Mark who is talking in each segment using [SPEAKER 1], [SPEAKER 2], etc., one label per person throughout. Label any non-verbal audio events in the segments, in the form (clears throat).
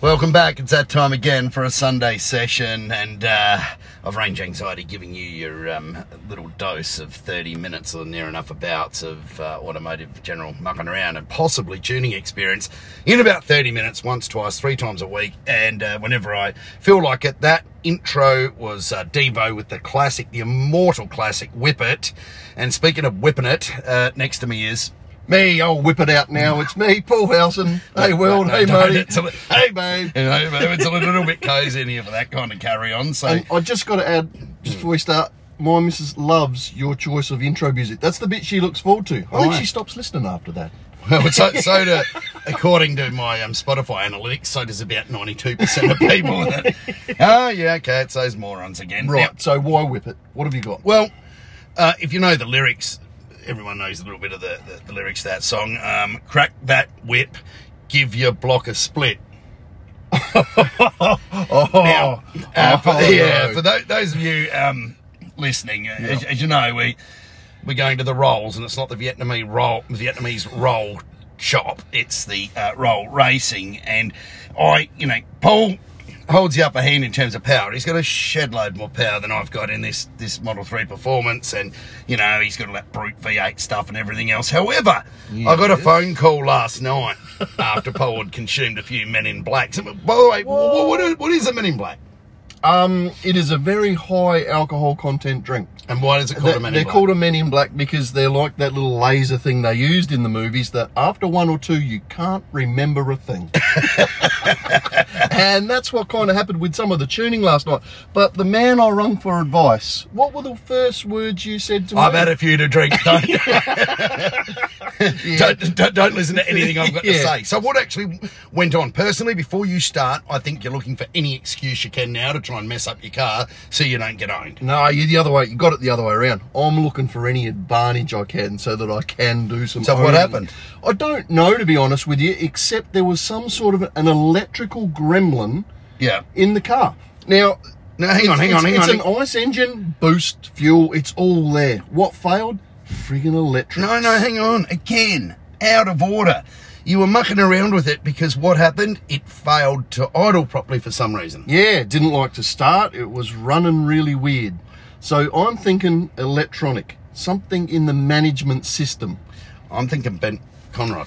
[SPEAKER 1] Welcome back. It's that time again for a Sunday session, and uh, of Range Anxiety giving you your um, little dose of 30 minutes or near enough abouts of uh, automotive general mucking around and possibly tuning experience in about 30 minutes, once, twice, three times a week, and uh, whenever I feel like it. That intro was uh, Devo with the classic, the immortal classic Whip It. And speaking of whipping it, uh, next to me is
[SPEAKER 2] Me, I'll whip it out now. It's me, Paul
[SPEAKER 1] (laughs)
[SPEAKER 2] Housen. Hey,
[SPEAKER 1] No,
[SPEAKER 2] world.
[SPEAKER 1] no,
[SPEAKER 2] hey,
[SPEAKER 1] no,
[SPEAKER 2] Marty.
[SPEAKER 1] it's a li-
[SPEAKER 2] Hey, babe.
[SPEAKER 1] You know, but it's a little bit cozy in here for that kind of carry on. So
[SPEAKER 2] And Um, I just got to add, just before we start, my missus loves your choice of intro music. That's the bit she looks forward to. I think
[SPEAKER 1] Right.
[SPEAKER 2] she stops listening after that.
[SPEAKER 1] (laughs) Well, so, so do, according to my um, Spotify analytics, so does about 92% of people
[SPEAKER 2] (laughs)
[SPEAKER 1] that, oh, yeah, okay, it's those morons again.
[SPEAKER 2] Right.
[SPEAKER 1] Now,
[SPEAKER 2] So why whip it? What have you got?
[SPEAKER 1] well, uh, if you know the lyrics, everyone knows a little bit of the, the, the lyrics to that song. Um, crack that whip, give your block a split.
[SPEAKER 2] Oh,
[SPEAKER 1] Now, (laughs) uh, for,
[SPEAKER 2] oh,
[SPEAKER 1] yeah,
[SPEAKER 2] no.
[SPEAKER 1] for tho- those of you um, listening, uh as, as you know, we we're going to the rolls, and it's not the Vietnamese roll, Vietnamese roll shop. It's the uh, roll racing, and I, you know, Paul holds the upper hand in terms of power. He's got a shed load more power than I've got in this this Model Three Performance, and you know he's got all that brute V8 stuff and everything else. However, I got a phone call last
[SPEAKER 2] (laughs)
[SPEAKER 1] night after Paul had consumed a few Men in Blacks. By the way, what, what, is, what is a Men in Black?
[SPEAKER 2] Um, it is a very high alcohol content drink.
[SPEAKER 1] And why does it call
[SPEAKER 2] They-
[SPEAKER 1] a Men in
[SPEAKER 2] they're
[SPEAKER 1] Black?
[SPEAKER 2] called a men in black because they're like that little laser thing they used in the movies that after one or two you can't remember a thing and that's what kind of happened with some of the tuning last night but the man i rung for advice what were the first words you said to
[SPEAKER 1] I've
[SPEAKER 2] me
[SPEAKER 1] had a few to
[SPEAKER 2] (laughs)
[SPEAKER 1] drink. Don't, don't, don't, don't listen to anything I've got to
[SPEAKER 2] Yeah.
[SPEAKER 1] say. So, what actually went on? Personally, before you start, I think you're looking for any excuse you can now to try and mess up your car so you don't get owned.
[SPEAKER 2] no you the other way you got it the other way around i'm looking for any advantage i can so that i can do some
[SPEAKER 1] So what
[SPEAKER 2] owning.
[SPEAKER 1] happened?
[SPEAKER 2] i don't know to be honest with you except there was some sort of an electrical gremlin
[SPEAKER 1] Yeah.
[SPEAKER 2] in the car now
[SPEAKER 1] No, hang on, hang
[SPEAKER 2] It's-
[SPEAKER 1] on, hang
[SPEAKER 2] it's
[SPEAKER 1] on.
[SPEAKER 2] an ice engine, boost, fuel, it's all there. What failed? Friggin' electric.
[SPEAKER 1] No, no, hang on. Again, out of order. You were mucking around with it because what happened? It failed to idle properly for some reason.
[SPEAKER 2] Yeah, didn't like to start. It was running really weird. So I'm thinking electronic, something in the management system.
[SPEAKER 1] I'm thinking Ben Conrad.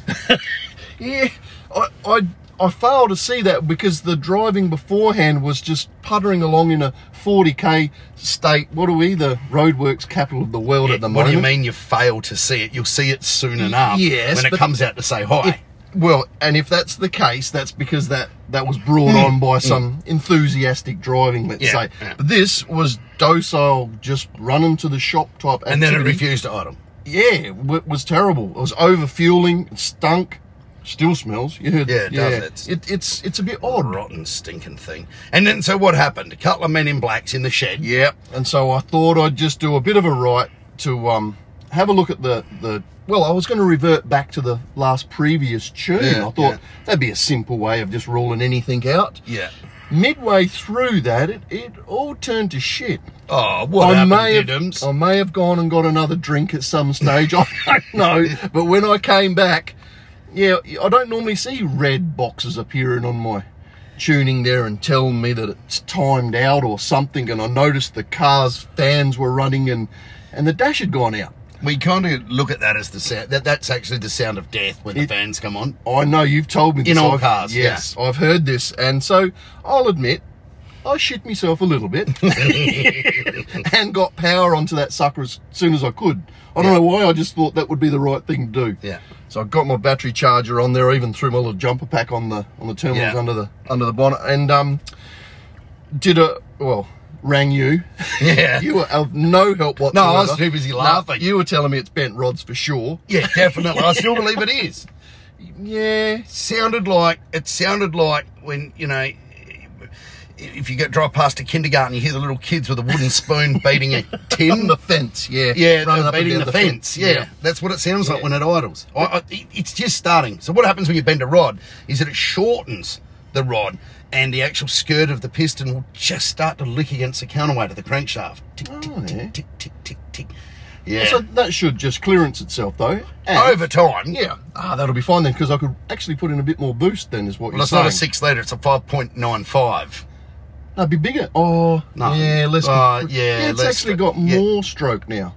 [SPEAKER 2] Yeah, I, I, I failed to see that because the driving beforehand was just puttering along in a 40k state. What are we, the roadworks capital of the world at
[SPEAKER 1] (laughs)
[SPEAKER 2] the
[SPEAKER 1] what
[SPEAKER 2] moment?
[SPEAKER 1] do you mean you fail to see it? You'll see it soon enough
[SPEAKER 2] Yes,
[SPEAKER 1] when it
[SPEAKER 2] but-
[SPEAKER 1] comes out to say hi.
[SPEAKER 2] If- well, and if that's the case, that's because that that was brought on by some enthusiastic driving, let's
[SPEAKER 1] Hmm. Yeah,
[SPEAKER 2] say.
[SPEAKER 1] yeah.
[SPEAKER 2] But this was docile, just running to the shop type.
[SPEAKER 1] and then it
[SPEAKER 2] activity.
[SPEAKER 1] refused to idle.
[SPEAKER 2] Yeah, it w- was terrible. It was over fueling. It stunk. Still smells. You heard?
[SPEAKER 1] Yeah, it does. It's-
[SPEAKER 2] It's it, it's it's a bit odd.
[SPEAKER 1] Rotten, stinking thing. And then, so what happened? A couple of men in blacks in the shed.
[SPEAKER 2] Yep. And so I thought I'd just do a bit of a right to um, have a look at the, the. Well, I was going to revert back to the last previous tune.
[SPEAKER 1] Yeah,
[SPEAKER 2] I thought
[SPEAKER 1] yeah.
[SPEAKER 2] that'd be a simple way of just ruling anything out.
[SPEAKER 1] Yeah.
[SPEAKER 2] Midway through that, it, it all turned to shit.
[SPEAKER 1] Oh, what happened,
[SPEAKER 2] may have,
[SPEAKER 1] Diddums?
[SPEAKER 2] I may have gone and got another drink at some stage. (laughs) I don't know. But when I came back, yeah, I don't normally see red boxes appearing on my tuning there and telling me that it's timed out or something. And I noticed the car's fans were running and and the dash had gone out.
[SPEAKER 1] We kind of look at that as the sound. That, that's actually the sound of death when the fans come on.
[SPEAKER 2] I know Oh, you've told me this.
[SPEAKER 1] In all
[SPEAKER 2] I've-
[SPEAKER 1] cars, yeah.
[SPEAKER 2] Yes, I've heard this, and so I'll admit, I shit myself a little
[SPEAKER 1] (laughs)
[SPEAKER 2] bit, and got power onto that sucker as soon as I could. I don't know why. I just thought that would be the right thing to do.
[SPEAKER 1] Yeah.
[SPEAKER 2] So I got my battery charger on there. I even threw my little jumper pack on the on the terminals
[SPEAKER 1] Yeah.
[SPEAKER 2] under the under the bonnet, and um, did a well. Rang you.
[SPEAKER 1] Yeah.
[SPEAKER 2] You were of no help
[SPEAKER 1] no,
[SPEAKER 2] whatsoever.
[SPEAKER 1] I was too busy
[SPEAKER 2] No,
[SPEAKER 1] laughing.
[SPEAKER 2] you were telling me it's bent rods for sure.
[SPEAKER 1] yeah, definitely. I still believe it is.
[SPEAKER 2] Yeah.
[SPEAKER 1] sounded like it sounded like when you know if you get drive past a kindergarten you hear the little kids with a wooden spoon beating
[SPEAKER 2] (laughs)
[SPEAKER 1] a
[SPEAKER 2] on
[SPEAKER 1] tin
[SPEAKER 2] the fence, yeah.
[SPEAKER 1] yeah
[SPEAKER 2] Running
[SPEAKER 1] they're
[SPEAKER 2] up and
[SPEAKER 1] beating
[SPEAKER 2] down
[SPEAKER 1] the, fence, Yeah. that's what it sounds like when it idles I, I, it- it's just starting so what happens when you bend a rod is that it shortens the rod and the actual skirt of the piston will just start to lick against the counterweight of the crankshaft tick tick
[SPEAKER 2] Oh, yeah.
[SPEAKER 1] tick tick tick tick tick Yeah.
[SPEAKER 2] So that should just clearance itself though. And-
[SPEAKER 1] Over time.
[SPEAKER 2] Yeah. Ah, that'll be fine then because I could actually put in a bit more boost then is what
[SPEAKER 1] Well,
[SPEAKER 2] you're
[SPEAKER 1] it's
[SPEAKER 2] saying.
[SPEAKER 1] not a six litre, it's a 5.95.
[SPEAKER 2] That'd be bigger. Oh,
[SPEAKER 1] No.
[SPEAKER 2] yeah, less.
[SPEAKER 1] Uh, yeah,
[SPEAKER 2] it's
[SPEAKER 1] less
[SPEAKER 2] actually
[SPEAKER 1] stro-
[SPEAKER 2] got
[SPEAKER 1] yeah.
[SPEAKER 2] more stroke now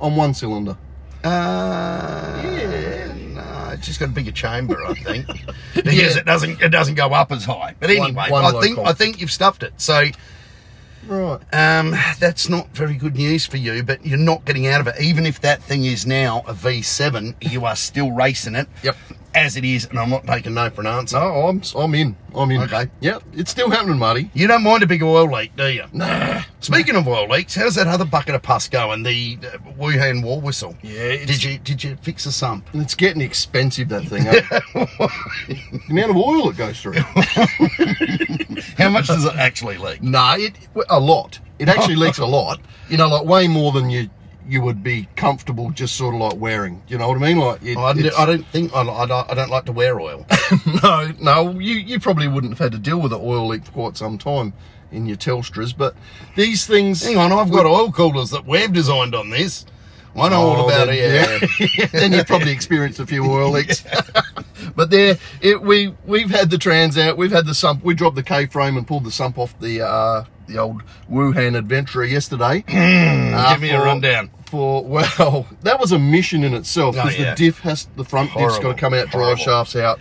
[SPEAKER 2] on one cylinder.
[SPEAKER 1] Uh,
[SPEAKER 2] Yeah.
[SPEAKER 1] No, it's just got a bigger chamber, I
[SPEAKER 2] (laughs)
[SPEAKER 1] think. because it doesn't it doesn't go up as high. But
[SPEAKER 2] One-
[SPEAKER 1] anyway,
[SPEAKER 2] one
[SPEAKER 1] I think
[SPEAKER 2] local.
[SPEAKER 1] I think you've stuffed it. So
[SPEAKER 2] Right.
[SPEAKER 1] um, that's not very good news for you, but you're not getting out of it. Even if that thing is now a V7, you are still racing it.
[SPEAKER 2] Yep.
[SPEAKER 1] As it is, and I'm not taking no for an answer.
[SPEAKER 2] No, Oh, I'm I'm in. I'm in.
[SPEAKER 1] Okay.
[SPEAKER 2] Yep. It's still happening, Marty.
[SPEAKER 1] You don't mind a big oil leak, do you? Nah. Speaking of oil leaks, how's that other bucket of pus going? The uh, Wuhan war whistle.
[SPEAKER 2] Yeah, it's-
[SPEAKER 1] Did you did you fix the sump?
[SPEAKER 2] And it's getting expensive that thing. eh? (laughs) the amount of oil it goes through.
[SPEAKER 1] How much does it actually
[SPEAKER 2] (laughs)
[SPEAKER 1] leak?
[SPEAKER 2] nah, it a lot. It (laughs) actually leaks a lot. You know, like way more than you you would be comfortable just sort of like wearing. You know what I mean? Like it,
[SPEAKER 1] I,
[SPEAKER 2] it's- (laughs)
[SPEAKER 1] I don't think I, I, don't- I don't like to wear oil.
[SPEAKER 2] no, no, you, you probably wouldn't have had to deal with an oil leak for quite some time in your Telstras, but these things.
[SPEAKER 1] Hang on, I've got oil coolers that we've designed on this. I know
[SPEAKER 2] Oh,
[SPEAKER 1] all about
[SPEAKER 2] then-
[SPEAKER 1] (laughs) it. Yeah.
[SPEAKER 2] yeah. (laughs) then you probably experienced a few
[SPEAKER 1] (laughs)
[SPEAKER 2] oil leaks. (laughs) but there, it, we we've had the trans out, we've had the sump, we dropped the K frame and pulled the sump off the uh, the old Wuhan
[SPEAKER 1] (clears throat)
[SPEAKER 2] Adventurer yesterday. Uh,
[SPEAKER 1] Give me a
[SPEAKER 2] for-
[SPEAKER 1] rundown.
[SPEAKER 2] For well, (laughs) that was a mission in itself
[SPEAKER 1] Oh,
[SPEAKER 2] because
[SPEAKER 1] yeah.
[SPEAKER 2] the diff has the front diff's got
[SPEAKER 1] Horrible,
[SPEAKER 2] to come out, drive
[SPEAKER 1] horrible.
[SPEAKER 2] shafts out,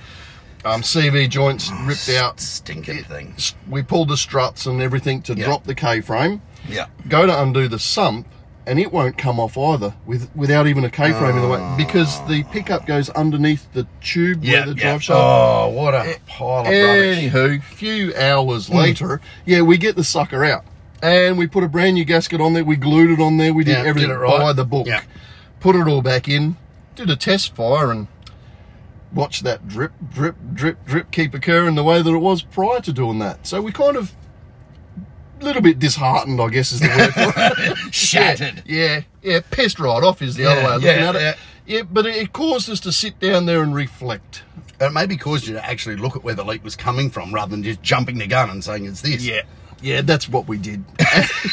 [SPEAKER 2] um, CV joints ripped out.
[SPEAKER 1] Stinking thing.
[SPEAKER 2] we pulled the struts and everything to
[SPEAKER 1] Yeah.
[SPEAKER 2] drop the K-frame.
[SPEAKER 1] Yeah.
[SPEAKER 2] Go to undo the sump, and it won't come off either, with without even a K-frame in the way, because the pickup goes underneath the tube
[SPEAKER 1] Ah. Yeah.
[SPEAKER 2] where
[SPEAKER 1] yeah.
[SPEAKER 2] the drive Eh, shaft.
[SPEAKER 1] Oh, what a pile of rubbish.
[SPEAKER 2] Anywho, few hours
[SPEAKER 1] Hmm.
[SPEAKER 2] later, yeah, we get the sucker out, and we put a brand new gasket on there. We glued it on there. We did
[SPEAKER 1] Yeah, did
[SPEAKER 2] everything
[SPEAKER 1] it right.
[SPEAKER 2] by the book.
[SPEAKER 1] Yeah.
[SPEAKER 2] Put it all back in. Did a test fire and. watched that drip, drip, drip, drip keep occurring the way that it was prior to doing that. So we kind of a little bit disheartened, I guess, is the
[SPEAKER 1] (laughs)
[SPEAKER 2] word for it.
[SPEAKER 1] Shattered.
[SPEAKER 2] Yeah, yeah, yeah, pissed right off is the other
[SPEAKER 1] Yeah,
[SPEAKER 2] way of
[SPEAKER 1] yeah,
[SPEAKER 2] looking at it. Yeah. but it, it caused us to sit down there and reflect.
[SPEAKER 1] It maybe caused you to actually look at where the leak was coming from rather than just jumping the gun and saying it's this.
[SPEAKER 2] Yeah. Yeah, that's what we did. (laughs)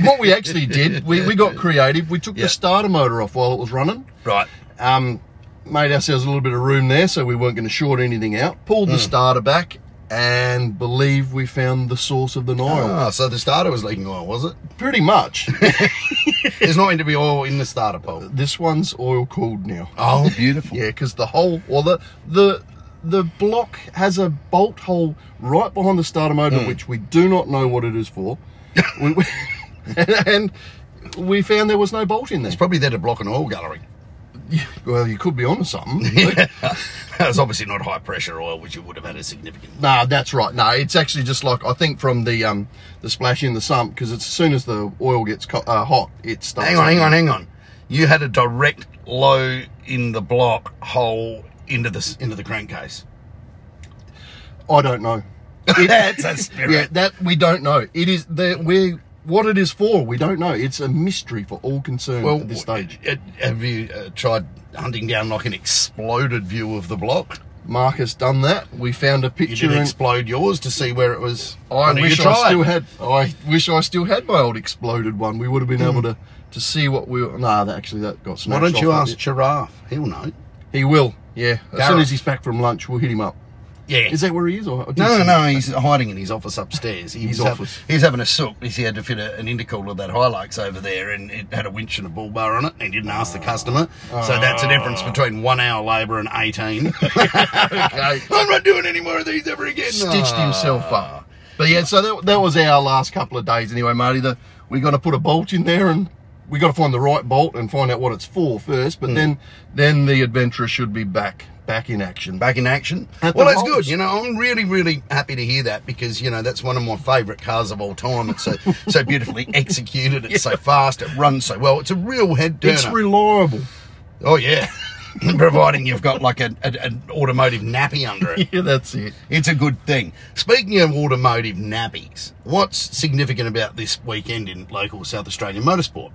[SPEAKER 2] what we actually did, we, we got creative. We took
[SPEAKER 1] Yeah.
[SPEAKER 2] the starter motor off while it was running.
[SPEAKER 1] Right.
[SPEAKER 2] um, made ourselves a little bit of room there, so we weren't going to short anything out. Pulled the starter back, and believe we found the source of the Nile.
[SPEAKER 1] Ah, so the starter was leaking oil, was it?
[SPEAKER 2] Pretty much. (laughs)
[SPEAKER 1] There's not going to be oil in the starter pole.
[SPEAKER 2] this one's oil cooled now.
[SPEAKER 1] Oh, beautiful.
[SPEAKER 2] Yeah, because the hole or the the the block has a bolt hole right behind the starter motor,
[SPEAKER 1] Hmm.
[SPEAKER 2] which we do not know what it
[SPEAKER 1] (laughs)
[SPEAKER 2] is for. we, (laughs) we- and, and we found there was no bolt in there.
[SPEAKER 1] It's probably there to block an oil
[SPEAKER 2] (laughs)
[SPEAKER 1] gallery.
[SPEAKER 2] Well, you could be onto something.
[SPEAKER 1] That's obviously not high pressure oil, which you would have had a significant.
[SPEAKER 2] No, that's right. No, it's actually just like I think from the um the splash in the sump because as soon as the oil gets co- uh, hot, it starts.
[SPEAKER 1] Hang on, hang on, hang on. You had a direct low in the block hole into the into the crankcase.
[SPEAKER 2] I don't know.
[SPEAKER 1] (laughs) That's a
[SPEAKER 2] Yeah,
[SPEAKER 1] spirit.
[SPEAKER 2] that we don't know. It is that we what it is for. We don't know. It's a mystery for all concerned
[SPEAKER 1] Well,
[SPEAKER 2] at this stage.
[SPEAKER 1] it- have you uh, tried hunting down like an exploded view of the block?
[SPEAKER 2] Mark has done that. We found a
[SPEAKER 1] You
[SPEAKER 2] picture.
[SPEAKER 1] did
[SPEAKER 2] And
[SPEAKER 1] explode yours to see where it was.
[SPEAKER 2] I
[SPEAKER 1] know you
[SPEAKER 2] wish I
[SPEAKER 1] tried.
[SPEAKER 2] still had. I wish I still had my old exploded one. We would have been able to to see what we. were... Nah, that actually that got
[SPEAKER 1] Hmm. Why
[SPEAKER 2] snatched.
[SPEAKER 1] don't you
[SPEAKER 2] off.
[SPEAKER 1] ask Giraffe? He'll know.
[SPEAKER 2] He will. Yeah. As soon
[SPEAKER 1] Gareth.
[SPEAKER 2] as he's back from lunch, we'll hit him up.
[SPEAKER 1] Yeah.
[SPEAKER 2] Is that where he is? Or I didn't see
[SPEAKER 1] no,
[SPEAKER 2] him.
[SPEAKER 1] no, he's hiding in his office upstairs. He
[SPEAKER 2] His
[SPEAKER 1] was hav-
[SPEAKER 2] office.
[SPEAKER 1] he's having a sook because he had to fit a, an intercooler of that Hilux over there, and it had a winch and a bull bar on it, and he didn't ask the customer. So that's the difference
[SPEAKER 2] Ah.
[SPEAKER 1] between one hour labour and 18.
[SPEAKER 2] (laughs) Okay.
[SPEAKER 1] (laughs) I'm not doing any more of these ever again.
[SPEAKER 2] stitched
[SPEAKER 1] Ah.
[SPEAKER 2] himself up. But yeah, so that, that was our last couple of days anyway, Marty. The, we got to put a bolt in there and we got to find the right bolt and find out what it's for first.
[SPEAKER 1] Hmm.
[SPEAKER 2] But then then the adventurer should be back back in action.
[SPEAKER 1] Back in action.
[SPEAKER 2] At
[SPEAKER 1] well,
[SPEAKER 2] the
[SPEAKER 1] that's
[SPEAKER 2] Rolls.
[SPEAKER 1] good. You know, I'm really, really happy to hear that because you know that's one of my favourite cars of all time. It's
[SPEAKER 2] (laughs)
[SPEAKER 1] so so beautifully executed. It's so fast. It runs so well. It's a real head turner.
[SPEAKER 2] It's reliable.
[SPEAKER 1] Oh yeah. (laughs) Providing you've got like a, a, an automotive nappy under
[SPEAKER 2] (laughs)
[SPEAKER 1] it.
[SPEAKER 2] Yeah, that's it.
[SPEAKER 1] It's a good thing. Speaking of automotive nappies, what's significant about this weekend in local South Australian motorsport?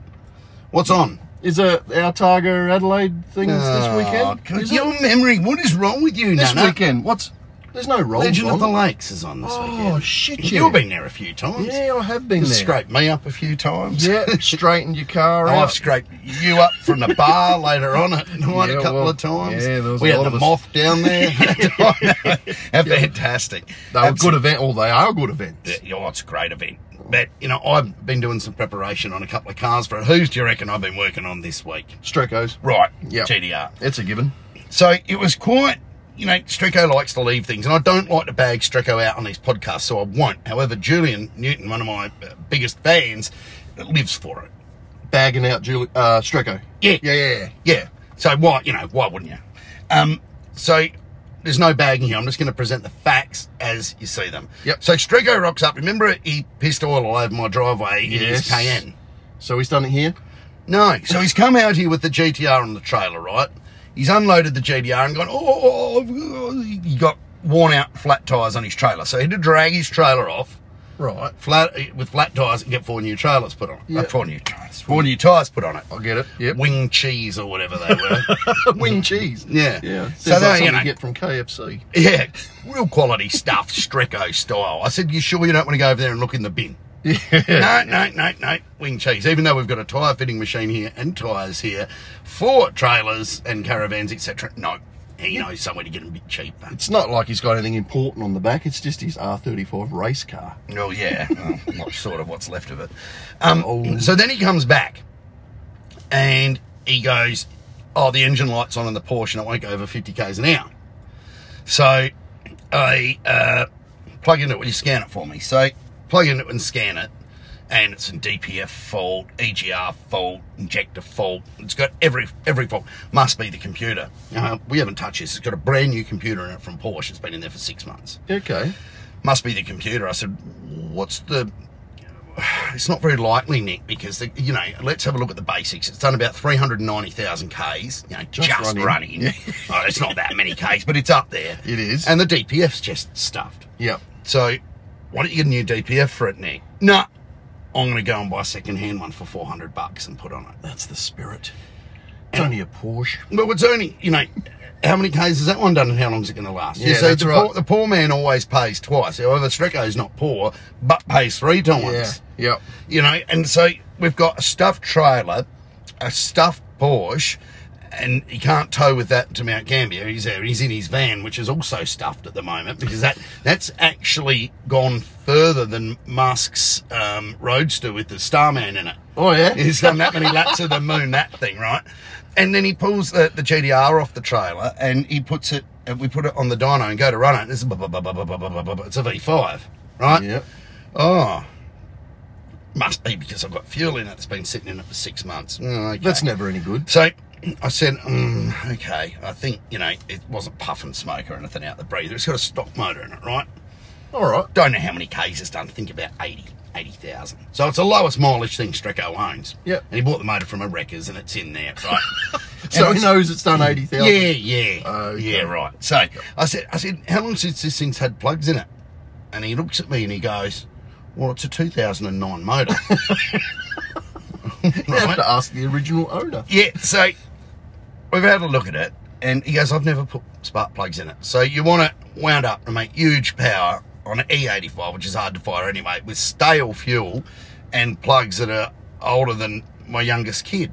[SPEAKER 1] What's on?
[SPEAKER 2] Is it our Targa Adelaide things this
[SPEAKER 1] Oh,
[SPEAKER 2] weekend?
[SPEAKER 1] God,
[SPEAKER 2] Is it?
[SPEAKER 1] your memory. What is wrong with you,
[SPEAKER 2] This
[SPEAKER 1] Nana?
[SPEAKER 2] weekend. What's There's no rolls
[SPEAKER 1] Legend
[SPEAKER 2] on.
[SPEAKER 1] of the Lakes is on this
[SPEAKER 2] Oh,
[SPEAKER 1] weekend.
[SPEAKER 2] shit, yeah.
[SPEAKER 1] You've been there a few times.
[SPEAKER 2] yeah, I have been
[SPEAKER 1] You've
[SPEAKER 2] there.
[SPEAKER 1] scraped me up a few times.
[SPEAKER 2] (laughs) Yeah, straightened your car
[SPEAKER 1] Oh,
[SPEAKER 2] out.
[SPEAKER 1] I've scraped you up from the bar
[SPEAKER 2] (laughs)
[SPEAKER 1] later on at night
[SPEAKER 2] Yeah,
[SPEAKER 1] a couple
[SPEAKER 2] well,
[SPEAKER 1] of times.
[SPEAKER 2] yeah, there was
[SPEAKER 1] we
[SPEAKER 2] a
[SPEAKER 1] had
[SPEAKER 2] lot
[SPEAKER 1] the
[SPEAKER 2] of us.
[SPEAKER 1] moth down
[SPEAKER 2] (laughs)
[SPEAKER 1] there. (laughs) Fantastic.
[SPEAKER 2] They were good event, or they are good events.
[SPEAKER 1] Yeah, oh, it's a great event. But, you know, I've been doing some preparation on a couple of cars for it. Whose do you reckon I've been working on this week?
[SPEAKER 2] Strecos.
[SPEAKER 1] Right,
[SPEAKER 2] Yeah.
[SPEAKER 1] GDR.
[SPEAKER 2] It's a given.
[SPEAKER 1] So it was quite, you know, Streco likes to leave things, and I don't like to bag Streco out on these podcasts, so I won't. However, Julian Newton, one of my uh, biggest fans, lives for it.
[SPEAKER 2] Bagging out Julie, uh, Streco.
[SPEAKER 1] Yeah.
[SPEAKER 2] Yeah, yeah, yeah.
[SPEAKER 1] Yeah. So why, you know, why wouldn't you? Um, so there's no bagging here. I'm just going to present the facts as you see them.
[SPEAKER 2] Yep.
[SPEAKER 1] So Strego rocks up. Remember, he pissed oil all over my driveway in his
[SPEAKER 2] Yes.
[SPEAKER 1] Cayenne.
[SPEAKER 2] So he's done it here.
[SPEAKER 1] No. So he's come out here with the GTR on the trailer, right? He's unloaded the GTR and gone, oh, oh, oh, oh," he got worn out flat tyres on his trailer. So he had to drag his trailer off
[SPEAKER 2] Right.
[SPEAKER 1] flat with flat tyres and get four new trailers put on it.
[SPEAKER 2] Yeah.
[SPEAKER 1] Uh, four new tyres. Four new tyres put on it.
[SPEAKER 2] I get it. Yep.
[SPEAKER 1] Wing cheese or whatever they
[SPEAKER 2] (laughs)
[SPEAKER 1] were.
[SPEAKER 2] Wing cheese.
[SPEAKER 1] yeah.
[SPEAKER 2] Yeah.
[SPEAKER 1] So
[SPEAKER 2] So that's
[SPEAKER 1] they, you
[SPEAKER 2] something
[SPEAKER 1] know,
[SPEAKER 2] you get from KFC.
[SPEAKER 1] Yeah, real quality stuff, Streco style. I said, You sure you don't want to go over there and look in the bin?
[SPEAKER 2] Yeah.
[SPEAKER 1] No, no, no, no. Wing cheese. Even though we've got a tyre fitting machine here and tyres here for trailers and caravans, etc. No, he knows somewhere to get them a bit cheaper.
[SPEAKER 2] It's not like he's got anything important on the back. It's just his R35 race car.
[SPEAKER 1] Oh, yeah. well, not sort of what's left of it. Um, So then he comes back and he goes, Oh, the engine light's on in the Porsche and it won't go over 50 k's an hour. So I uh, plug into it, will you scan it for me? So plug into it and scan it. And it's in DPF fault, EGR fault, injector fault. It's got every every fault. Must be the computer. Uh, we haven't touched this. It's got a brand new computer in it from Porsche. It's been in there for six months
[SPEAKER 2] Okay.
[SPEAKER 1] must be the computer. I said, what's the. It's not very likely, Nick, because, the, you know, let's have a look at the basics. It's done about 390,000 Ks, you know, just,
[SPEAKER 2] Just
[SPEAKER 1] running.
[SPEAKER 2] running.
[SPEAKER 1] (laughs) Oh, it's not that many Ks, but it's up there.
[SPEAKER 2] It is.
[SPEAKER 1] And the DPF's just stuffed.
[SPEAKER 2] Yep.
[SPEAKER 1] So, why don't you get a new DPF for it, Nick? No, I'm going to go and buy a second-hand one for 400 bucks and put on it.
[SPEAKER 2] That's the spirit. It's only a Porsche.
[SPEAKER 1] Well, it's only, you know, how many Ks has that one done and how long's it going to last?
[SPEAKER 2] Yeah, that's
[SPEAKER 1] the, poor,
[SPEAKER 2] right.
[SPEAKER 1] the poor man always pays twice. However, Streco's not poor, but pays three times.
[SPEAKER 2] Yep.
[SPEAKER 1] You know, and so we've got a stuffed trailer, a stuffed Porsche, and he can't tow with that to Mount Gambier. He's there. He's in his van, which is also stuffed at the moment because that that's actually gone further than Musk's um, Roadster with the Starman in it.
[SPEAKER 2] Oh, yeah?
[SPEAKER 1] He's done that many laps of the moon, that thing, right? And then he pulls the, the GDR off the trailer and he puts it, and we put it on the dyno and go to run it. This is, bu- bu- bu- bu- bu- bu- bu- bu- bu- bu- it's a V5, right?
[SPEAKER 2] Yep.
[SPEAKER 1] Oh, must be because I've got fuel in it that's been sitting in it for six months. Mm, okay.
[SPEAKER 2] That's never any good.
[SPEAKER 1] So I said, mm, okay, I think, you know, it wasn't puffing smoke or anything out the breather. It's got a stock motor in it, right?
[SPEAKER 2] All right.
[SPEAKER 1] Don't know how many Ks it's done. Think about 80, 80,000. So it's the lowest mileage thing Strecco owns.
[SPEAKER 2] Yep.
[SPEAKER 1] And he bought the motor from a wreckers and it's in there, right?
[SPEAKER 2] (laughs) So
[SPEAKER 1] And
[SPEAKER 2] he knows it's done 80,000.
[SPEAKER 1] Yeah, yeah.
[SPEAKER 2] Okay.
[SPEAKER 1] Yeah, right. So I said, I said, how long since this thing's had plugs in it? And he looks at me and he goes, well, it's a 2009
[SPEAKER 2] (laughs)
[SPEAKER 1] motor. (laughs)
[SPEAKER 2] You have to ask the original owner.
[SPEAKER 1] Yeah, so we've had a look at it, and he goes, I've never put spark plugs in it. So you want it wound up to make huge power on an E85, which is hard to fire anyway, with stale fuel and plugs that are older than my youngest kid.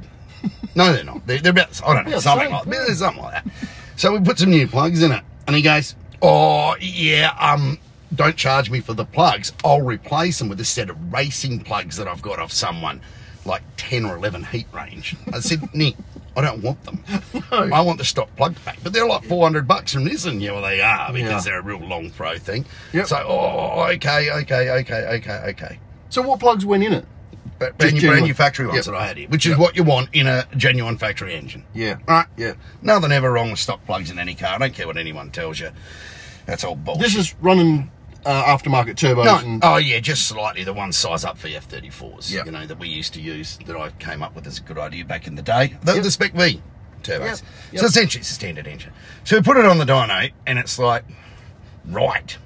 [SPEAKER 1] No, they're not. They're, they're about, I don't know,
[SPEAKER 2] Yeah,
[SPEAKER 1] something
[SPEAKER 2] same.
[SPEAKER 1] like that. (laughs) Something like that. So we put some new plugs in it, and he goes, Oh, yeah, um, don't charge me for the plugs. I'll replace them with a set of racing plugs that I've got off someone, like 10 or 11 heat range. I said, (laughs) Nick, I don't want them.
[SPEAKER 2] (laughs) No.
[SPEAKER 1] I want the stock plug pack, but they're like 400 bucks from this, and yeah, well, they are because
[SPEAKER 2] Yeah.
[SPEAKER 1] they're a real long throw thing.
[SPEAKER 2] Yep.
[SPEAKER 1] So, oh, okay, okay, okay, okay, okay.
[SPEAKER 2] So what plugs went in it?
[SPEAKER 1] But
[SPEAKER 2] Just
[SPEAKER 1] brand new,
[SPEAKER 2] genuine.
[SPEAKER 1] brand new factory ones
[SPEAKER 2] Yep.
[SPEAKER 1] that I had here, which is what you want in a genuine factory engine.
[SPEAKER 2] Yeah.
[SPEAKER 1] Right?
[SPEAKER 2] Yeah.
[SPEAKER 1] Nothing ever wrong with stock plugs in any car. I don't care what anyone tells you. That's all bullshit.
[SPEAKER 2] This is running uh, aftermarket turbos
[SPEAKER 1] No,
[SPEAKER 2] and
[SPEAKER 1] oh yeah, just slightly the one size up for F thirty fours.
[SPEAKER 2] Yeah.
[SPEAKER 1] You know that we used to use that I came up with as a good idea back in the day. The, the Spec V turbos.
[SPEAKER 2] Yep, yep.
[SPEAKER 1] So essentially it's a standard engine. So we put it on the dyno and it's like, right,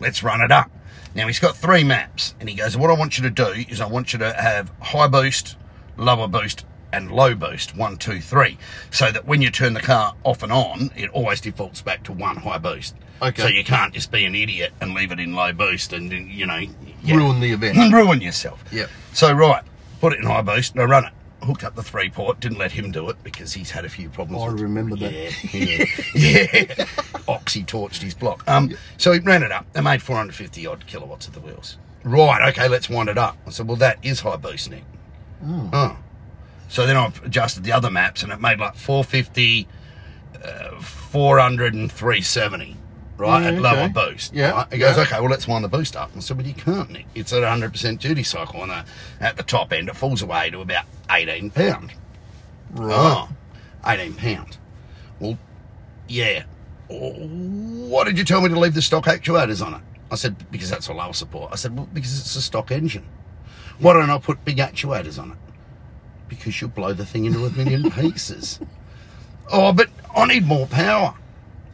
[SPEAKER 1] let's run it up. Now he's got three maps and he goes, what I want you to do is I want you to have high boost, lower boost, and low boost, one, two, three. So that when you turn the car off and on, it always defaults back to one high boost.
[SPEAKER 2] Okay.
[SPEAKER 1] So you can't just be an idiot and leave it in low boost and, then, you know, yeah.
[SPEAKER 2] Ruin the event.
[SPEAKER 1] Hmm, ruin yourself.
[SPEAKER 2] Yep.
[SPEAKER 1] So, right, put it in high boost and I run it. Hooked up the three port, didn't let him do it because he's had a few problems.
[SPEAKER 2] I
[SPEAKER 1] with-
[SPEAKER 2] remember that. (laughs)
[SPEAKER 1] Yeah, yeah, yeah. Oxy torched his block. Um, So he ran it up. They made 450 odd kilowatts of the wheels. Right, okay, let's wind it up. I said, well, that is high boost, Nick.
[SPEAKER 2] Hmm.
[SPEAKER 1] Oh. So then I've adjusted the other maps and it made like 450, uh, 400 and 370, right,
[SPEAKER 2] Yeah,
[SPEAKER 1] at lower
[SPEAKER 2] okay.
[SPEAKER 1] boost.
[SPEAKER 2] Yeah,
[SPEAKER 1] Right? He goes,
[SPEAKER 2] yeah.
[SPEAKER 1] okay, well, let's wind the boost up. I said, well, you can't, Nick. It's at 100% duty cycle and uh, at the top end it falls away to about 18 pound.
[SPEAKER 2] Right.
[SPEAKER 1] Oh, 18 pound. Well, yeah. Oh, Why did you tell me to leave the stock actuators on it? I said, because that's a lower support. I said, well, because it's a stock engine. Why don't I put big actuators on it? Because you'll blow the thing into a
[SPEAKER 2] (laughs)
[SPEAKER 1] million pieces. Oh, but I need more power.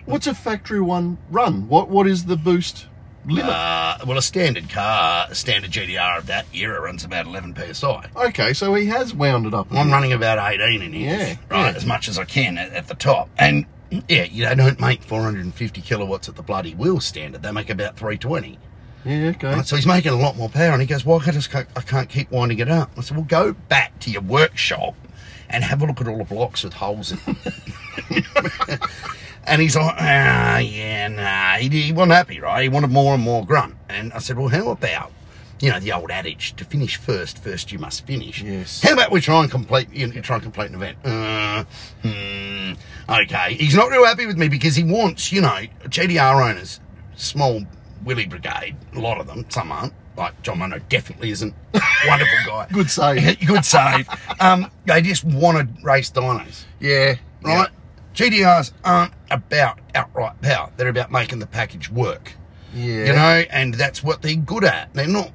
[SPEAKER 2] What's a factory one run? What What is the boost limit?
[SPEAKER 1] Uh, well, a standard car, a standard GDR of that era runs about 11 psi.
[SPEAKER 2] okay, so he has wound it up. a
[SPEAKER 1] Well, I'm
[SPEAKER 2] bit.
[SPEAKER 1] running about 18 in here,
[SPEAKER 2] Yeah,
[SPEAKER 1] right,
[SPEAKER 2] yeah.
[SPEAKER 1] as much as I can at, at the top. And yeah, you know, don't make 450 kilowatts at the bloody wheel standard. They make about 320.
[SPEAKER 2] Yeah, okay.
[SPEAKER 1] Right, so he's making a lot more power, and he goes, "Why can't I, just, ca- I can't keep winding it up?" I said, "Well, go back to your workshop and have a look at all the blocks with holes in." them." and he's like, "Ah, yeah, nah." He, he wasn't happy, right? He wanted more and more grunt. And I said, "Well, how about?" You know the old adage: to finish first, first you must finish.
[SPEAKER 2] Yes.
[SPEAKER 1] How about we try and complete? You know, try and complete an event. Uh, hmm, okay. He's not real happy with me because he wants, you know, GDR owners, small Willy Brigade, a lot of them. Some aren't. Like John Munro definitely isn't. (laughs) Wonderful guy.
[SPEAKER 2] Good
[SPEAKER 1] (laughs)
[SPEAKER 2] save.
[SPEAKER 1] Good save. Um, they just wanted race dinos
[SPEAKER 2] yeah.
[SPEAKER 1] right? GDRs aren't about outright power. They're about making the package work,
[SPEAKER 2] Yeah.
[SPEAKER 1] you know, and that's what they're good at. They're not,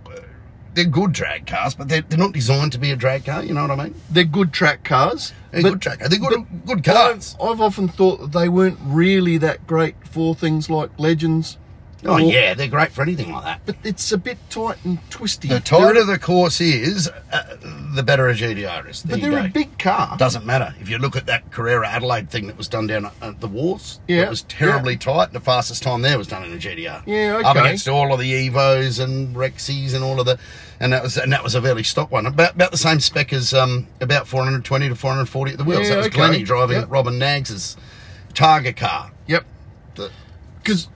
[SPEAKER 1] they're good drag cars, but they're, they're not designed to be a drag car, you know what I mean?
[SPEAKER 2] they're good track cars.
[SPEAKER 1] They're
[SPEAKER 2] but
[SPEAKER 1] good drag cars. They're good, good
[SPEAKER 2] I've,
[SPEAKER 1] cars.
[SPEAKER 2] I've often thought that they weren't really that great for things like Legends.
[SPEAKER 1] Oh,
[SPEAKER 2] or-
[SPEAKER 1] yeah, they're great for anything like that.
[SPEAKER 2] But it's a bit tight and twisty.
[SPEAKER 1] The tighter the course is, uh, the better a GDR is. There
[SPEAKER 2] but
[SPEAKER 1] you
[SPEAKER 2] they're a
[SPEAKER 1] go.
[SPEAKER 2] big car.
[SPEAKER 1] Doesn't matter. If you look at that Carrera Adelaide thing that was done down at- at the wharves,
[SPEAKER 2] Yeah,
[SPEAKER 1] it was terribly tight. The fastest time there was done in a GDR.
[SPEAKER 2] Yeah,
[SPEAKER 1] Up
[SPEAKER 2] okay.
[SPEAKER 1] against all of the Evos and Rexies and all of the, and that was and that was a fairly stock one. About about the same spec as um about 420 to 440 at the wheels.
[SPEAKER 2] Yeah,
[SPEAKER 1] that was
[SPEAKER 2] okay.
[SPEAKER 1] Glenny driving
[SPEAKER 2] Yep.
[SPEAKER 1] at Robin Nags's Targa car.
[SPEAKER 2] Yep.
[SPEAKER 1] The-
[SPEAKER 2] Because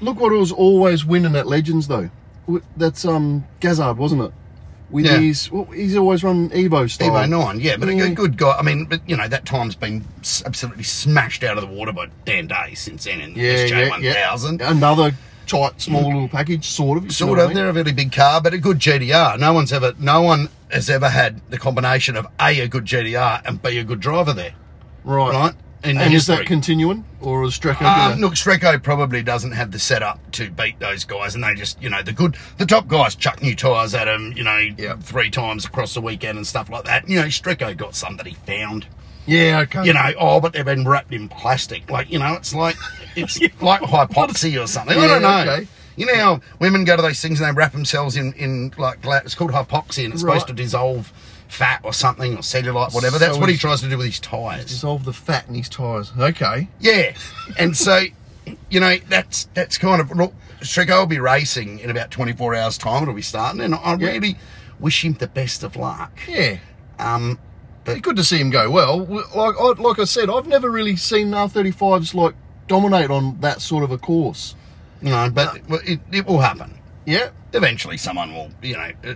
[SPEAKER 2] look what was always winning at Legends though. W- That's um Gazard, wasn't it? With
[SPEAKER 1] Yeah.
[SPEAKER 2] his, well, he's always run Evo style.
[SPEAKER 1] Evo 9, yeah, but a-
[SPEAKER 2] Yeah.
[SPEAKER 1] a good guy. I mean, but you know, that time's been s- absolutely smashed out of the water by Dan Day since then in
[SPEAKER 2] Yeah,
[SPEAKER 1] the
[SPEAKER 2] yeah,
[SPEAKER 1] SJ1000.
[SPEAKER 2] yeah. Another tight, small little package, sort of. you
[SPEAKER 1] sort
[SPEAKER 2] know
[SPEAKER 1] of.
[SPEAKER 2] what I mean?
[SPEAKER 1] They're a really big car, but a good GDR. No one's ever, no one has ever had the combination of a a good GDR and b a good driver there,
[SPEAKER 2] Right.
[SPEAKER 1] right? In
[SPEAKER 2] And is
[SPEAKER 1] history.
[SPEAKER 2] that continuing or is Strecker?
[SPEAKER 1] um, look, Streco probably doesn't have the setup to beat those guys, and they just, you know, the good, the top guys chuck new tyres at him, you know,
[SPEAKER 2] Yep.
[SPEAKER 1] three times across the weekend and stuff like that. You know, Streco got some that he found
[SPEAKER 2] yeah, okay.
[SPEAKER 1] you know, oh, but they've been wrapped in plastic. Like, you know, it's like
[SPEAKER 2] (laughs)
[SPEAKER 1] it's like hypoxia or something. I
[SPEAKER 2] Yeah,
[SPEAKER 1] don't know.
[SPEAKER 2] okay.
[SPEAKER 1] You know how women go to those things and they wrap themselves in, in like, gla- it's called hypoxia and it's supposed to
[SPEAKER 2] Right.
[SPEAKER 1] dissolve fat or something or cellulite, whatever. That's
[SPEAKER 2] So
[SPEAKER 1] what he
[SPEAKER 2] he's-
[SPEAKER 1] tries to do with his tyres.
[SPEAKER 2] Dissolve the fat in his tyres. Okay.
[SPEAKER 1] Yeah. And so, you know, that's that's kind of, look, Strigo will be racing in about 24 hours' time. It'll be starting. And I
[SPEAKER 2] Yeah.
[SPEAKER 1] really wish him the best of luck.
[SPEAKER 2] Yeah.
[SPEAKER 1] Um,
[SPEAKER 2] It's good to see him go well. W- Like I, like I said, I've never really seen R35s like dominate on that sort of a course.
[SPEAKER 1] you know, but it, it will happen.
[SPEAKER 2] Yeah.
[SPEAKER 1] eventually someone will, you know, uh, uh,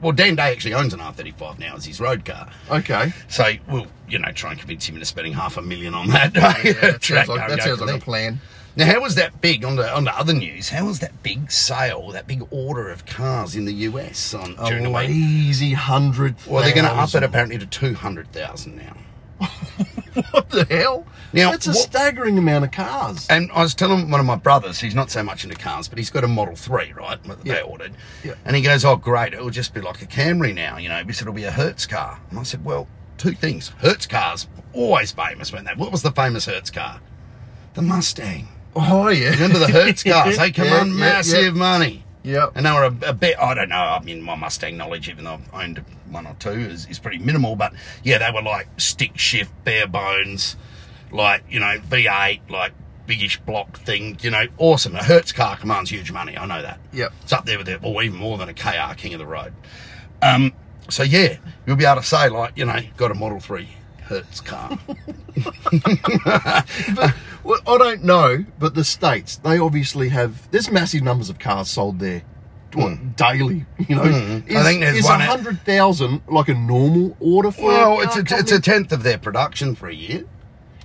[SPEAKER 1] well, Dan Day actually owns an R35 now as his road car. (laughs)
[SPEAKER 2] Okay.
[SPEAKER 1] So we'll, you know, try and convince him into spending half a million on that. (laughs)
[SPEAKER 2] that
[SPEAKER 1] track
[SPEAKER 2] sounds like,
[SPEAKER 1] car
[SPEAKER 2] that
[SPEAKER 1] and go
[SPEAKER 2] sounds
[SPEAKER 1] from
[SPEAKER 2] like
[SPEAKER 1] there.
[SPEAKER 2] a plan.
[SPEAKER 1] Now, how was that big, on the, on the other news, how was that big sale, that big order of cars in the US on during the
[SPEAKER 2] Oh,
[SPEAKER 1] week?
[SPEAKER 2] easy hundred.
[SPEAKER 1] Well, they're going to up it apparently to 200,000 now.
[SPEAKER 2] (laughs) What the hell?
[SPEAKER 1] Now,
[SPEAKER 2] That's a
[SPEAKER 1] what-
[SPEAKER 2] staggering amount of cars.
[SPEAKER 1] And I was telling one of my brothers, he's not so much into cars, but he's got a Model 3, right? That they
[SPEAKER 2] Yeah.
[SPEAKER 1] ordered.
[SPEAKER 2] Yeah.
[SPEAKER 1] And he goes, Oh, great, it'll just be like a Camry now, you know, because it'll be a Hertz car. And I said, Well, two things. Hertz cars, always famous, weren't they? What was the famous Hertz car? The Mustang.
[SPEAKER 2] Oh yeah.
[SPEAKER 1] Remember the Hertz cars? They
[SPEAKER 2] (laughs) Yeah,
[SPEAKER 1] command
[SPEAKER 2] yeah, yeah.
[SPEAKER 1] massive money.
[SPEAKER 2] Yep.
[SPEAKER 1] And they were a, a bit, I don't know, I mean, my Mustang knowledge, even though I've owned one or two, is, is pretty minimal. But yeah, they were like stick shift, bare bones, like, you know, V8, like biggish block thing, you know, awesome. A Hertz car commands huge money, I know that.
[SPEAKER 2] Yep.
[SPEAKER 1] It's up there with it, or even more than a KR King of the Road. Um, so yeah, you'll be able to say, like, you know, got a Model 3 Hertz car.
[SPEAKER 2] (laughs) Well, I don't know, but the states they obviously have. There's massive numbers of cars sold there. What, Daily, you know, is,
[SPEAKER 1] Hmm. I think there's
[SPEAKER 2] is
[SPEAKER 1] one at-
[SPEAKER 2] hundred thousand like a normal order
[SPEAKER 1] (laughs)
[SPEAKER 2] for.
[SPEAKER 1] well,
[SPEAKER 2] a
[SPEAKER 1] it's
[SPEAKER 2] car
[SPEAKER 1] a, it's
[SPEAKER 2] company?
[SPEAKER 1] a tenth of their production for a year.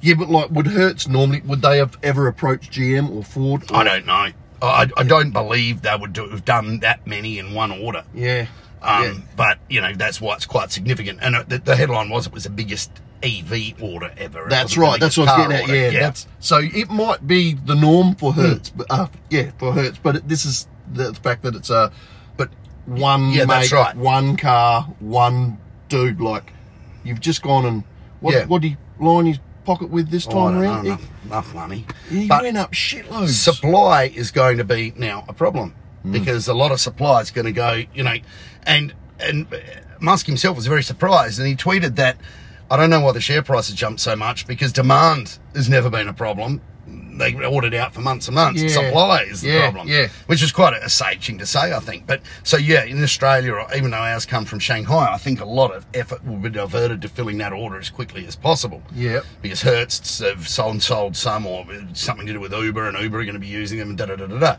[SPEAKER 2] yeah, but like, would Hertz normally would they have ever approached GM or Ford?
[SPEAKER 1] I don't know. I, I- I don't believe they would do, have done that many in one order.
[SPEAKER 2] yeah,
[SPEAKER 1] Um,
[SPEAKER 2] yeah.
[SPEAKER 1] But, you know, that's why it's quite significant. And it, the, the headline was it was the biggest EV order ever. It wasn't
[SPEAKER 2] That's
[SPEAKER 1] the
[SPEAKER 2] right. That's
[SPEAKER 1] biggest
[SPEAKER 2] what I was
[SPEAKER 1] car
[SPEAKER 2] getting at.
[SPEAKER 1] order. Hmm.
[SPEAKER 2] Yeah, that's so it might be the norm for Hertz, but uh, yeah, for Hertz. But it, this is the fact that it's a, but one
[SPEAKER 1] Yeah,
[SPEAKER 2] make,
[SPEAKER 1] that's right.
[SPEAKER 2] one car, one dude. Like you've just gone and what?
[SPEAKER 1] Yeah.
[SPEAKER 2] What did he line his pocket with this
[SPEAKER 1] Oh, I
[SPEAKER 2] time
[SPEAKER 1] don't
[SPEAKER 2] around?
[SPEAKER 1] know, enough, enough money.
[SPEAKER 2] he he
[SPEAKER 1] But-
[SPEAKER 2] went up shitloads.
[SPEAKER 1] supply is going to be now a problem
[SPEAKER 2] Hmm.
[SPEAKER 1] because a lot of supply is going to go, you know, and and Musk himself was very surprised and he tweeted that I don't know why the share price has jumped so much because demand has never been a problem. They ordered out for months and months.
[SPEAKER 2] Yeah.
[SPEAKER 1] Supply is the
[SPEAKER 2] Yeah,
[SPEAKER 1] problem,
[SPEAKER 2] yeah.
[SPEAKER 1] which is quite a, a sage thing to say, I think. But so yeah, in Australia, or even though ours come from Shanghai, I think a lot of effort will be diverted to filling that order as quickly as possible
[SPEAKER 2] Yep.
[SPEAKER 1] because Hertz have sold and sold some, or it's something to do with Uber, and Uber are going to be using them, and da da da da da.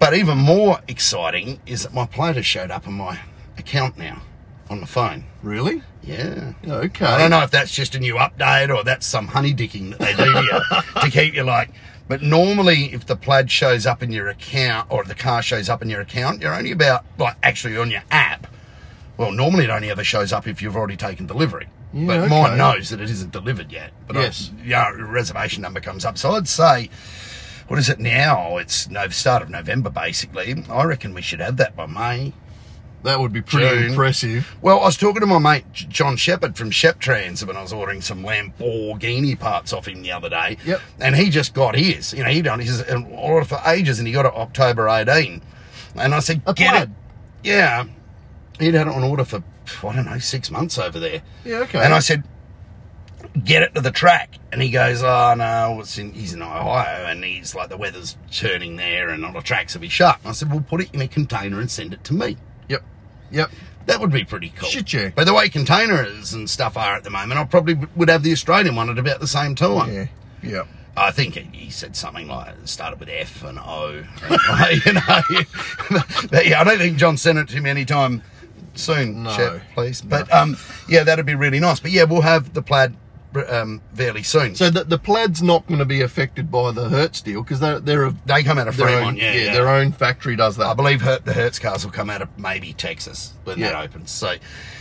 [SPEAKER 1] But even more exciting is that my plate has showed up on my account now on the phone.
[SPEAKER 2] Really?
[SPEAKER 1] Yeah.
[SPEAKER 2] Okay.
[SPEAKER 1] I don't know if that's just a new update or that's some honey dicking that they do to
[SPEAKER 2] (laughs)
[SPEAKER 1] you to keep you like. But normally, if the plaid shows up in your account or the car shows up in your account, you're only about, like, actually on your app. Well, normally it only ever shows up if you've already taken delivery.
[SPEAKER 2] Yeah,
[SPEAKER 1] but
[SPEAKER 2] okay.
[SPEAKER 1] mine knows that it isn't delivered yet. But I-
[SPEAKER 2] Yes.
[SPEAKER 1] yeah, your reservation number comes up. So I'd say, what is it now? It's no start of November, basically. I reckon we should have that by May.
[SPEAKER 2] That would be pretty
[SPEAKER 1] June.
[SPEAKER 2] impressive.
[SPEAKER 1] Well, I was talking to my mate J- John Shepherd from Shep Trans when I was ordering some Lamborghini parts off him the other day.
[SPEAKER 2] Yep.
[SPEAKER 1] And he just got his. You know, he done his and ordered for ages, and he got it October 18. And I said,
[SPEAKER 2] A
[SPEAKER 1] get
[SPEAKER 2] plaid?
[SPEAKER 1] it. Yeah. He'd had it on order for pff, I don't know six months over there.
[SPEAKER 2] Yeah. Okay.
[SPEAKER 1] And I said, get it to the track. And he goes, oh, no, it's in, he's in Ohio. And he's like, the weather's turning there and all the tracks will be shut. And I said, well, put it in a container and send it to me.
[SPEAKER 2] Yep. Yep.
[SPEAKER 1] That would be pretty cool.
[SPEAKER 2] Should you?
[SPEAKER 1] But the way containers and stuff are at the moment, I probably w- would have the Australian one at about the same time.
[SPEAKER 2] Yeah. Yep.
[SPEAKER 1] I think he- he said something like it started with F and O. (laughs) and, you know, (laughs) but yeah, I don't think John sent it to him anytime soon.
[SPEAKER 2] No.
[SPEAKER 1] Shep, please. But um, yeah, that'd be really nice. But yeah, we'll have the plaid um, fairly soon.
[SPEAKER 2] So the, the plaid's not going to be affected by the Hertz deal because they're they're a
[SPEAKER 1] they come out of
[SPEAKER 2] their own,
[SPEAKER 1] Fremont. yeah, Ah, yeah.
[SPEAKER 2] their own factory does that.
[SPEAKER 1] I believe Her- the Hertz cars will come out of maybe Texas when that
[SPEAKER 2] Yeah.
[SPEAKER 1] opens. So,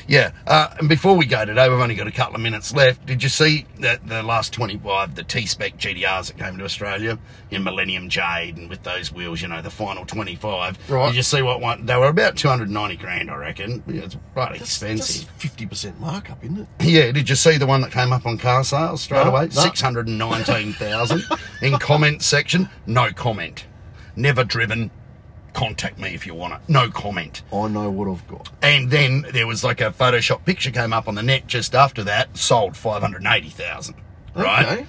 [SPEAKER 1] yeah. Uh, and before we go today, we've only got a couple of minutes left. Did you see that the last 25, the T Spec GDRs that came to Australia in Millennium Jade and with those wheels, you know, the final 25?
[SPEAKER 2] Right.
[SPEAKER 1] Did you see what one? They were about 290 grand, I reckon. Yeah, it's right expensive.
[SPEAKER 2] Fifty percent markup, isn't it?
[SPEAKER 1] Yeah, did you see the one that came up on car sales straight
[SPEAKER 2] No,
[SPEAKER 1] away?
[SPEAKER 2] no.
[SPEAKER 1] 619,000 in comment section. No comment. Never driven. Contact me if you want it. No comment.
[SPEAKER 2] I know what I've got.
[SPEAKER 1] And then there was like a Photoshop picture came up on the net just after that, sold 580,000. Right?
[SPEAKER 2] Okay.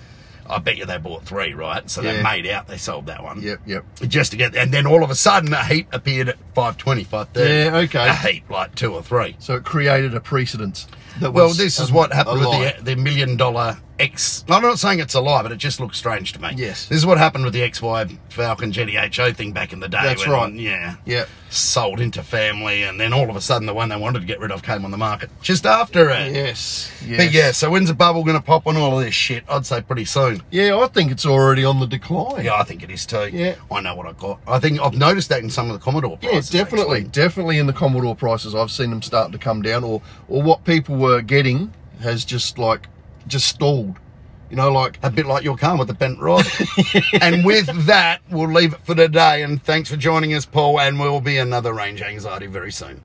[SPEAKER 1] I bet you they bought three, right? So
[SPEAKER 2] Yeah.
[SPEAKER 1] they made out, they sold that one.
[SPEAKER 2] Yep, yep.
[SPEAKER 1] Just to get, and then all of a sudden a heap appeared at 520, 530.
[SPEAKER 2] Yeah, okay.
[SPEAKER 1] A heap, like two or three.
[SPEAKER 2] So it created a precedence. That
[SPEAKER 1] Well,
[SPEAKER 2] was,
[SPEAKER 1] this is
[SPEAKER 2] um,
[SPEAKER 1] what
[SPEAKER 2] a
[SPEAKER 1] happened with
[SPEAKER 2] lie.
[SPEAKER 1] the, e- the million dollar X. I'm not saying it's a lie, but it just looks strange to me.
[SPEAKER 2] Yes.
[SPEAKER 1] This is what happened with the XY Falcon GDHO thing back in the day.
[SPEAKER 2] That's
[SPEAKER 1] when,
[SPEAKER 2] right.
[SPEAKER 1] Yeah.
[SPEAKER 2] Yeah.
[SPEAKER 1] Sold into family, and then all of a sudden, the one they wanted to get rid of came on the market just after it.
[SPEAKER 2] Yes. Yes.
[SPEAKER 1] But yeah, so when's the bubble going to pop on all of this shit? I'd say pretty soon.
[SPEAKER 2] Yeah, I think it's already on the decline.
[SPEAKER 1] Yeah, I think it is too.
[SPEAKER 2] Yeah.
[SPEAKER 1] I know what I got. I think I've noticed that in some of the Commodore
[SPEAKER 2] Yeah,
[SPEAKER 1] prices.
[SPEAKER 2] definitely,
[SPEAKER 1] actually.
[SPEAKER 2] definitely in the Commodore prices, I've seen them starting to come down, or or what people were getting has just like just stalled. You know, like
[SPEAKER 1] a bit like your car with the bent rod. and with that, we'll leave it for today. And thanks for joining us, Paul. And we'll be another range anxiety very soon.